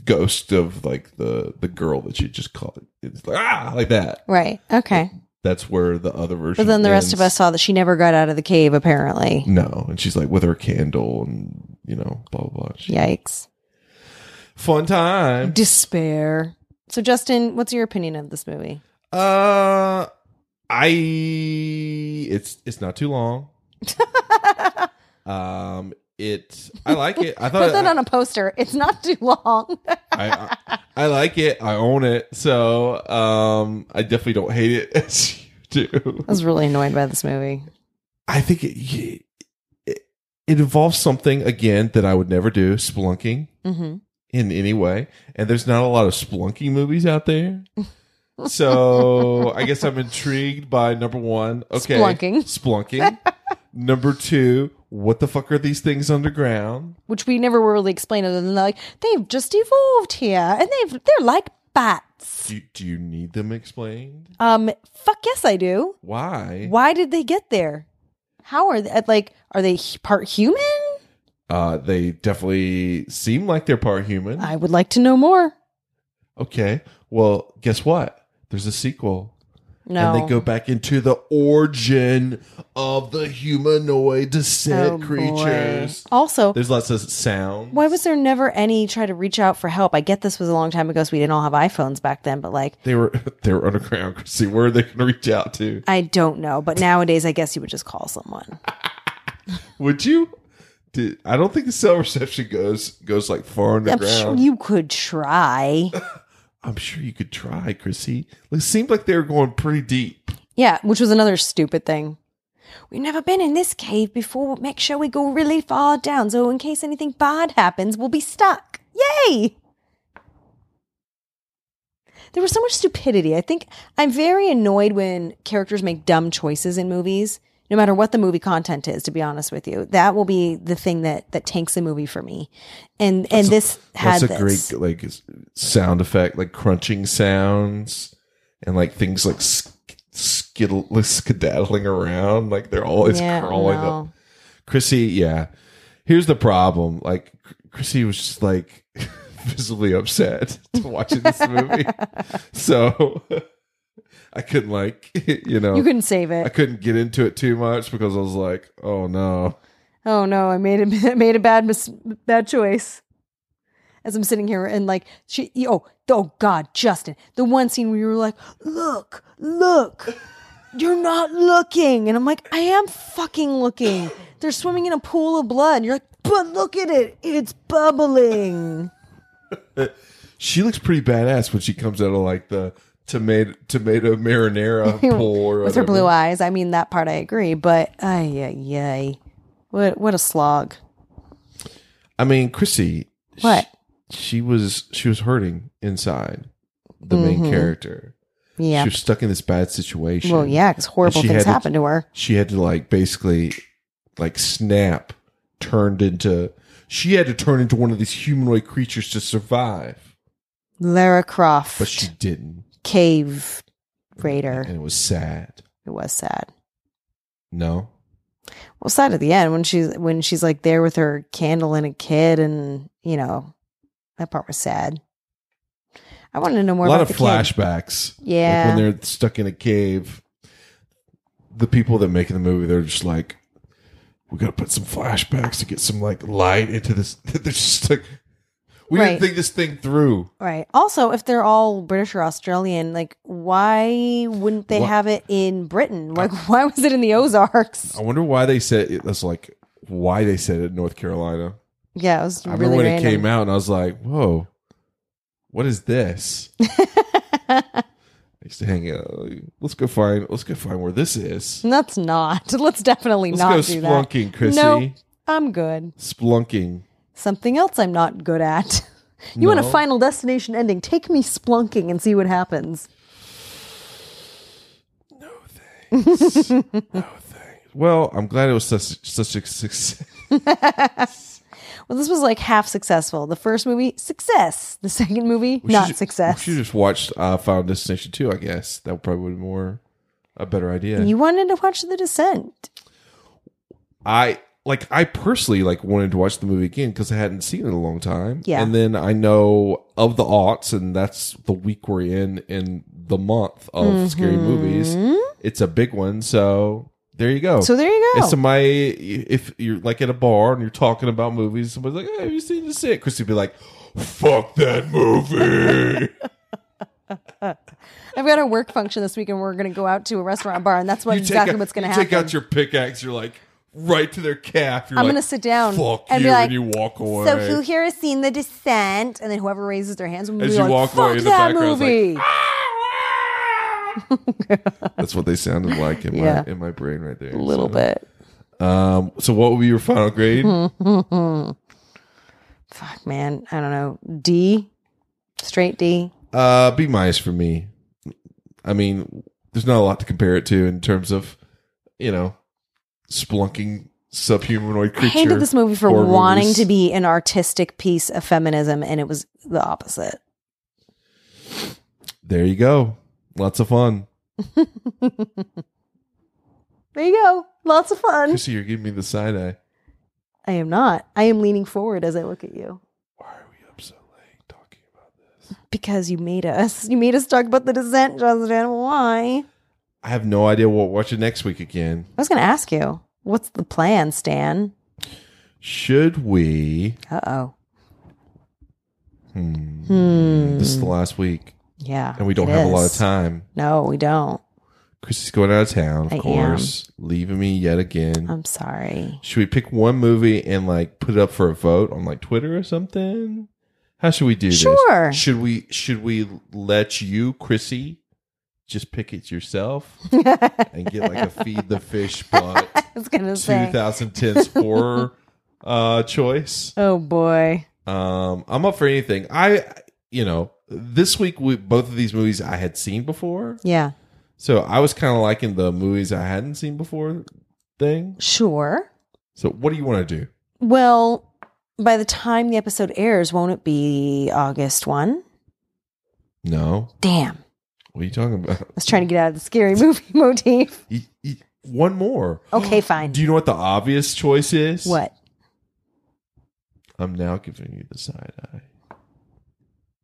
ghost of like the the girl that she just called. It's like ah, like that. Right. Okay. That's where the other version. But then the rest of us ends. saw that she never got out of the cave, apparently. No, and she's like with her candle and you know blah blah blah. She- Yikes. Fun time. Despair. So, Justin, what's your opinion of this movie? Uh, I it's it's not [LAUGHS] too long. um, it I like it. I thought Put that on a poster. [LAUGHS] It's not too long. [LAUGHS] I, I I like it. I own it. So um, I definitely don't hate it [LAUGHS] as you do. I was really annoyed by this movie. I think it, it it involves something again that I would never do: spelunking Mm-hmm. in any way. And there's not a lot of spelunking movies out there. So I guess I'm intrigued by number one. Okay, Splunking. Splunking. number two, what the fuck are these things underground? which we never were really explained other than like they've just evolved here and they've they're like bats. Do, do you need them explained? Um, fuck yes, I do. Why? Why did they get there? How are they like? Are they h- part human? Uh, they definitely seem like they're part human. I would like to know more. okay. Well, guess what? There's a sequel. No, And they go back into the origin of the humanoid Oh, descent boy. creatures. Also, There's lots of sound. why was there never any try to reach out for help? I get this was a long time ago, so we didn't all have iPhones back then, but like. They were [LAUGHS] they were underground, [LAUGHS] Chrissy. Where are they going to reach out to? I don't know, but nowadays I guess you would just call someone. Would you? Did, I don't think the cell reception goes goes like far I'm underground. sure you could try. I'm sure you could try, Chrissy. It seemed like they were going pretty deep. Yeah, which was another stupid thing. We've never been in this cave before. Make sure we go really far down so in case anything bad happens, we'll be stuck. Yay! There was so much stupidity. I think I'm very annoyed when characters make dumb choices in movies, no matter what the movie content is, to be honest with you. That will be the thing that that tanks a movie for me. And and this had That's a this. great like s- sound effect, like crunching sounds and like things like sk- skittle, [LAUGHS] like skedaddling around. Like they're always Yeah, crawling up. no. Chrissy, yeah. Here's the problem. Like Chr- Chrissy was just like [LAUGHS] visibly upset [LAUGHS] to watching this [LAUGHS] movie, so [LAUGHS] I couldn't like [LAUGHS] you know You couldn't save I it. couldn't get into it too much because I was like, oh no. Oh no, I made a [LAUGHS] made a bad mis- bad choice. As I'm sitting here and like she oh oh god, Justin, the one scene where you were like, "Look, look. You're not looking." And I'm like, "I am fucking looking. They're swimming in a pool of blood." And you're like, "But look at it. It's bubbling." She looks pretty badass when she comes out of like the tomato [LAUGHS] tomato marinara pool or With her blue whatever. eyes. I mean, that part I agree, but ay ay ay. What what a slog. I mean, Chrissy, What? she was she was hurting inside the Mhm. main character. Yeah. She was stuck in this bad situation. Well, yeah, 'cause And horrible she things had happened to her. She had to like basically like snap turned into she had to turn into one of these humanoid creatures to survive. Lara Croft. But she didn't. cave raider. And it was sad. It was sad. No? Well, sad at the end when she's when she's like there with her candle and a kid, and you know that part was sad. I wanted to know more. a lot about of the kid. flashbacks. Yeah. Like when they're stuck in a cave. The people that make the movie, they're just like, we got to put some flashbacks to get some like light into this. [LAUGHS] they're just like, we Right. didn't think this thing through. Right. Also, if they're all British or Australian, like why wouldn't they Wha- have it in Britain? Like [LAUGHS] why was it in the Ozarks? I wonder why they said it. That's like why they said it in North Carolina. Yeah, it was I really remember when random. it came out and I was like, whoa, what [LAUGHS] is this? I used to hang out. like, Let's go find. Let's go find where this is. Let's not. [LAUGHS] Let's definitely Let's not go do splunking, that. Chrissy. No, I'm good. Splunking. something else I'm not good at. [LAUGHS] You want a No. final destination ending? Take me splunking and see what happens. Well, I'm glad it was such, such a success. [LAUGHS] Well, this was like half successful. The first movie, success. The [LAUGHS] second movie, We not should- success. We should just watch uh, Final Destination 2, I guess. That probably would be more a better idea. You wanted to watch The Descent. I like I personally like wanted to watch the movie again because I hadn't seen it in a long time. Yeah. And then I know of the aughts, and that's the week we're in in the month of Mm-hmm. scary movies. It's a big one, so there you go. So there you go. If somebody if you're like at a bar and you're talking about movies, somebody's like, Hey, have you seen this it? Christy'd be like, Fuck that movie. [LAUGHS] I've got a work function this week, and we're going to go out to a restaurant bar, and that's what You take exactly out- what's going to you happen. Take out your pickaxe. You're like right to their calf. You're I'm like, gonna sit down Fuck and be you, like, and you walk away. So who here has seen The Descent? And then whoever raises their hands will be As you like, walk away "Fuck in the that background, it's movie!" That's what they sounded like in Yeah. my in my brain right there. a little So, bit. Mm-hmm. Um, so what would be your final grade? Fuck, man. I don't know. D, straight D. Uh, B minus for me. I mean, there's not a lot to compare it to in terms of, you know, splunking subhumanoid creature. I hated this movie for horror wanting movies. to be an artistic piece of feminism, and it was the opposite. There you go. Lots of fun. Mm-hmm. There you go. Lots of fun. Chrissy, you're giving me the side eye. I am not. I am leaning forward as I look at you. Why are we up so late talking about this? Because you made us. You made us talk about the descent, Justin. Why? I have no idea what we're watching next week again. I was going to ask you, what's the plan, Stan? Should we? Uh oh. Hmm. Hmm. This is the last week, Yeah. and we don't it have a lot of is. time. No, we don't. Chrissy's going out of town, of I am. course, leaving me yet again. I'm sorry. [LAUGHS] Should we pick one movie and like put it up for a vote on like Twitter or something? How should we do this? Sure. Should we should we let you, Chrissy, just pick [LAUGHS] it yourself and get like a feed the fish plot I was gonna say. [LAUGHS] 2010's horror uh choice? Oh boy. Um I'm up for anything. I you know, this week we both of these movies I had seen before. Yeah. So I was kind of liking the movies I hadn't seen before thing. Sure. So what do you want to do? Well, by the time the episode airs, won't it be August one? No. Damn. What are you talking about? [LAUGHS] I was trying to get out of the scary [LAUGHS] movie motif. You- you- One more. Okay, fine. Do you know what the obvious choice is? What? I'm now giving you the side eye.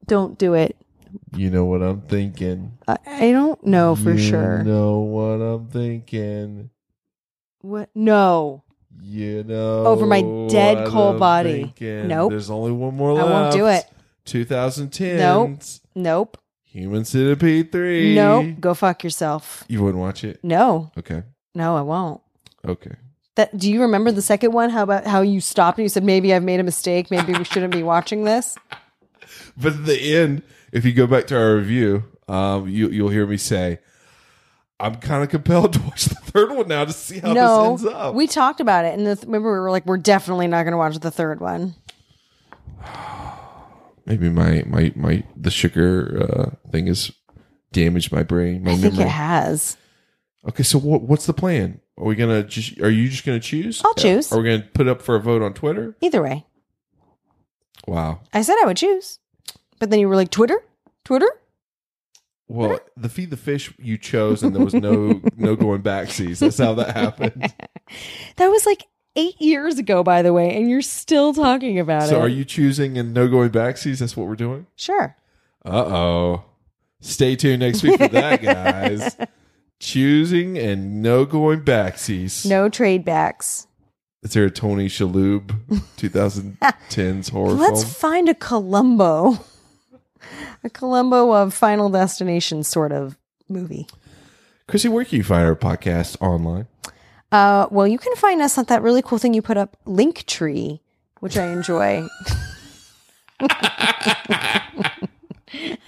Don't do it. You know what I'm thinking. I, I don't know Oh, for You sure. know what I'm thinking. What? No. You know. Over my dead what cold I'm body. thinking. Nope. There's only one more I left. won't do it. 2010. Nope. Nope. Human Centipede 3. Nope. Go fuck yourself. You wouldn't watch it? No. Okay. No, I won't. Okay. That do you remember the second one? How about how you stopped and you said maybe I've made a mistake, maybe we shouldn't be watching [LAUGHS] this? But at the end, if you go back to our review, um, you you'll hear me say, "I'm kind of compelled [LAUGHS] to watch the third one now to see how no. this ends up." We talked about it and the th- remember we were like we're definitely not going to watch the third one. Maybe my my my the sugar uh, thing has damaged my brain. My I think memory. it has. Okay, so what what's the plan? Are we gonna just? Are you just gonna choose? I'll choose. Are we gonna put up for a vote on Twitter? Either way, Wow. I said I would choose. But then you were like Twitter? Twitter? Well, the feed the fish you chose, and there was no no going back. Sees that's [LAUGHS] how that happened. That was like 8 years ago by the way and you're still talking about So it. are you choosing and no going back? Sees that's what we're doing. Sure. Uh oh. Stay tuned next week [LAUGHS] for that, guys. Choosing and no going backsies. No trade backs. Is there a Tony Shalhoub [LAUGHS] 2010s horror Let's film? find a Columbo. [LAUGHS] a Columbo of Final Destination sort of movie. Chrissy, where can you find our podcast online? [LAUGHS] Uh, well, you can find us at that really cool thing you put up, Linktree, which I enjoy. [LAUGHS]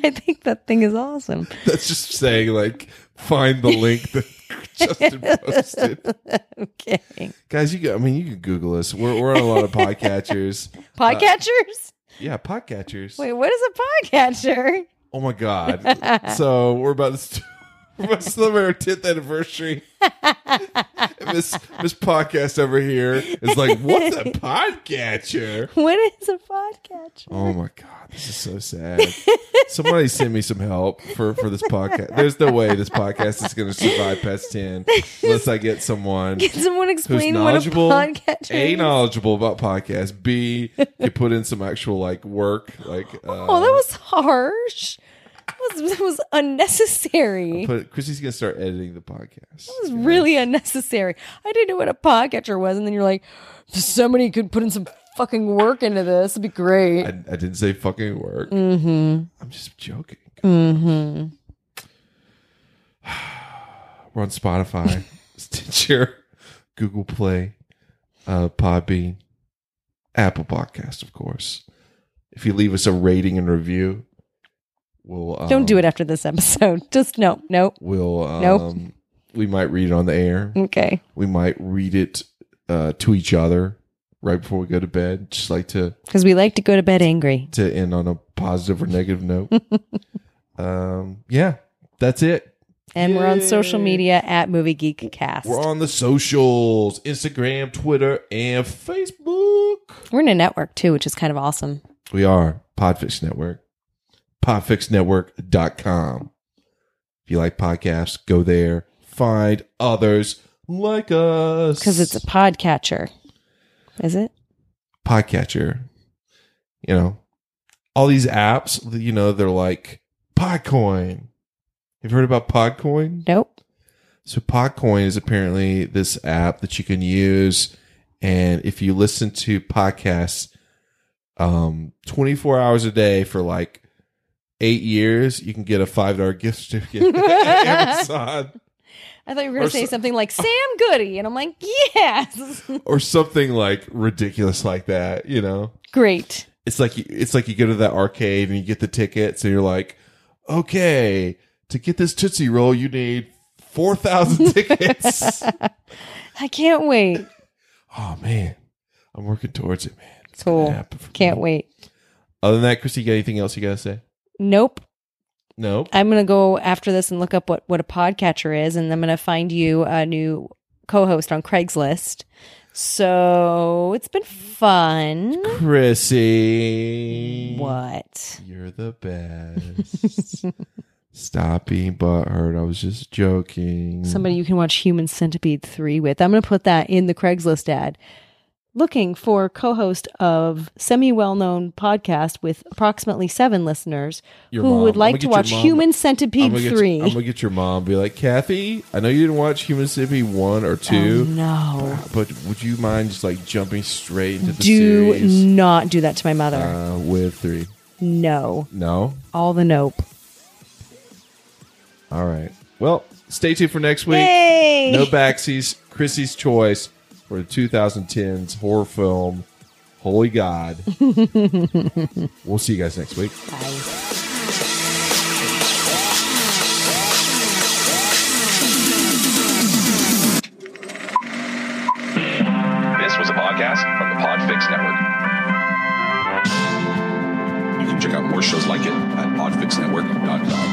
I think that thing is awesome. That's just saying, like, find the link that [LAUGHS] Justin posted. [LAUGHS] okay. Guys, you. Go, I mean, you can Google us. We're, we're on a lot [LAUGHS] of podcatchers. Uh, Podcatchers? yeah, podcatchers. Wait, what is a podcatcher? [LAUGHS] Oh my god! so we're about to [LAUGHS] we're about to celebrate our tenth anniversary. And this this podcast over here is like, what's [LAUGHS] a podcatcher? What is a podcatcher? Oh my god, this is [LAUGHS] so sad. Somebody send me some help for for this podcast. There's no way this podcast is going to survive past ten unless I get someone. Can someone Who's explain what a knowledgeable? podcatcher a is? knowledgeable about podcasts. [LAUGHS] B can put in some actual like work. Like uh, Oh, that was harsh. That was, that was unnecessary. Put, Chrissy's gonna start editing the podcast. That was really unnecessary. I didn't know what a podcatcher was, and then you're like, somebody could put in some fucking work into this. It'd be great. I, I didn't say fucking work. mm-hmm. I'm just joking. Mm-hmm. [SIGHS] We're [LAUGHS] on Spotify, Stitcher, Google Play, uh, Podbean, Apple Podcast, of course. If you leave us a rating and review, we'll um, Don't do it after this episode. [LAUGHS] Just no, no. We'll um, Nope. Mm. We might read it on the air. Okay. We might read it uh, to each other right before we go to bed. Just like to Because we like to go to bed angry. to end on a positive or [LAUGHS] negative note. um, yeah, that's it. And we're on social media at Movie Geek Cast. We're on the socials Instagram, Twitter, and Facebook. We're in a network too, which is kind of awesome. We are Podfix Network, podfixnetwork.com. If you like podcasts, go there, find others like us. Because it's a podcatcher. Is it? podcatcher. You know, all these apps, you know, they're like Podcoin. Have you heard about Podcoin? Nope. So Podcoin is apparently this app that you can use, and if you listen to podcasts, um, twenty four hours a day for like [LAUGHS] eight years, you can get a five dollar gift certificate. at Amazon. I thought you were Or going to say so- something like Sam Goody, and I'm like, yes, [LAUGHS] or something like ridiculous like that. You know, great. it's like you, it's like you go to that arcade and you get the tickets and you're like, okay, to get this Tootsie Roll, you need four thousand [LAUGHS] tickets. I can't wait. oh man, I'm working towards it, man. It's gonna Cool. happen for Can't me. wait. Other than that, Christy, you got anything else you gotta say? Nope. [LAUGHS] No. I'm going to go after this and look up what, what a podcatcher is, and I'm going to find you a new co host on Craigslist. So it's been fun. Chrissy. What? You're the best. [LAUGHS] Stop being butthurt. I was just joking. Somebody you can watch Human Centipede 3 with. I'm going to put that in the Craigslist ad. Looking for co host of semi well known podcast with approximately seven listeners Your who mom. would I'ma like to get your watch mom- Human I'm Centipede gonna get- 3. I'm gonna get your mom. Be like, Kathy. I know you didn't watch Human Centipede one or two. Um, no. but would you mind just like jumping straight into the Do series not do that to my mother. uh, with three? no. No. All the nope. All right. Well, stay tuned for next week. Yay! No backsies. Chrissy's choice for the 2010s horror film. Holy God. we'll see you guys next week. This was a podcast from the Podfix Network. You can check out more shows like it at podfixnetwork.com.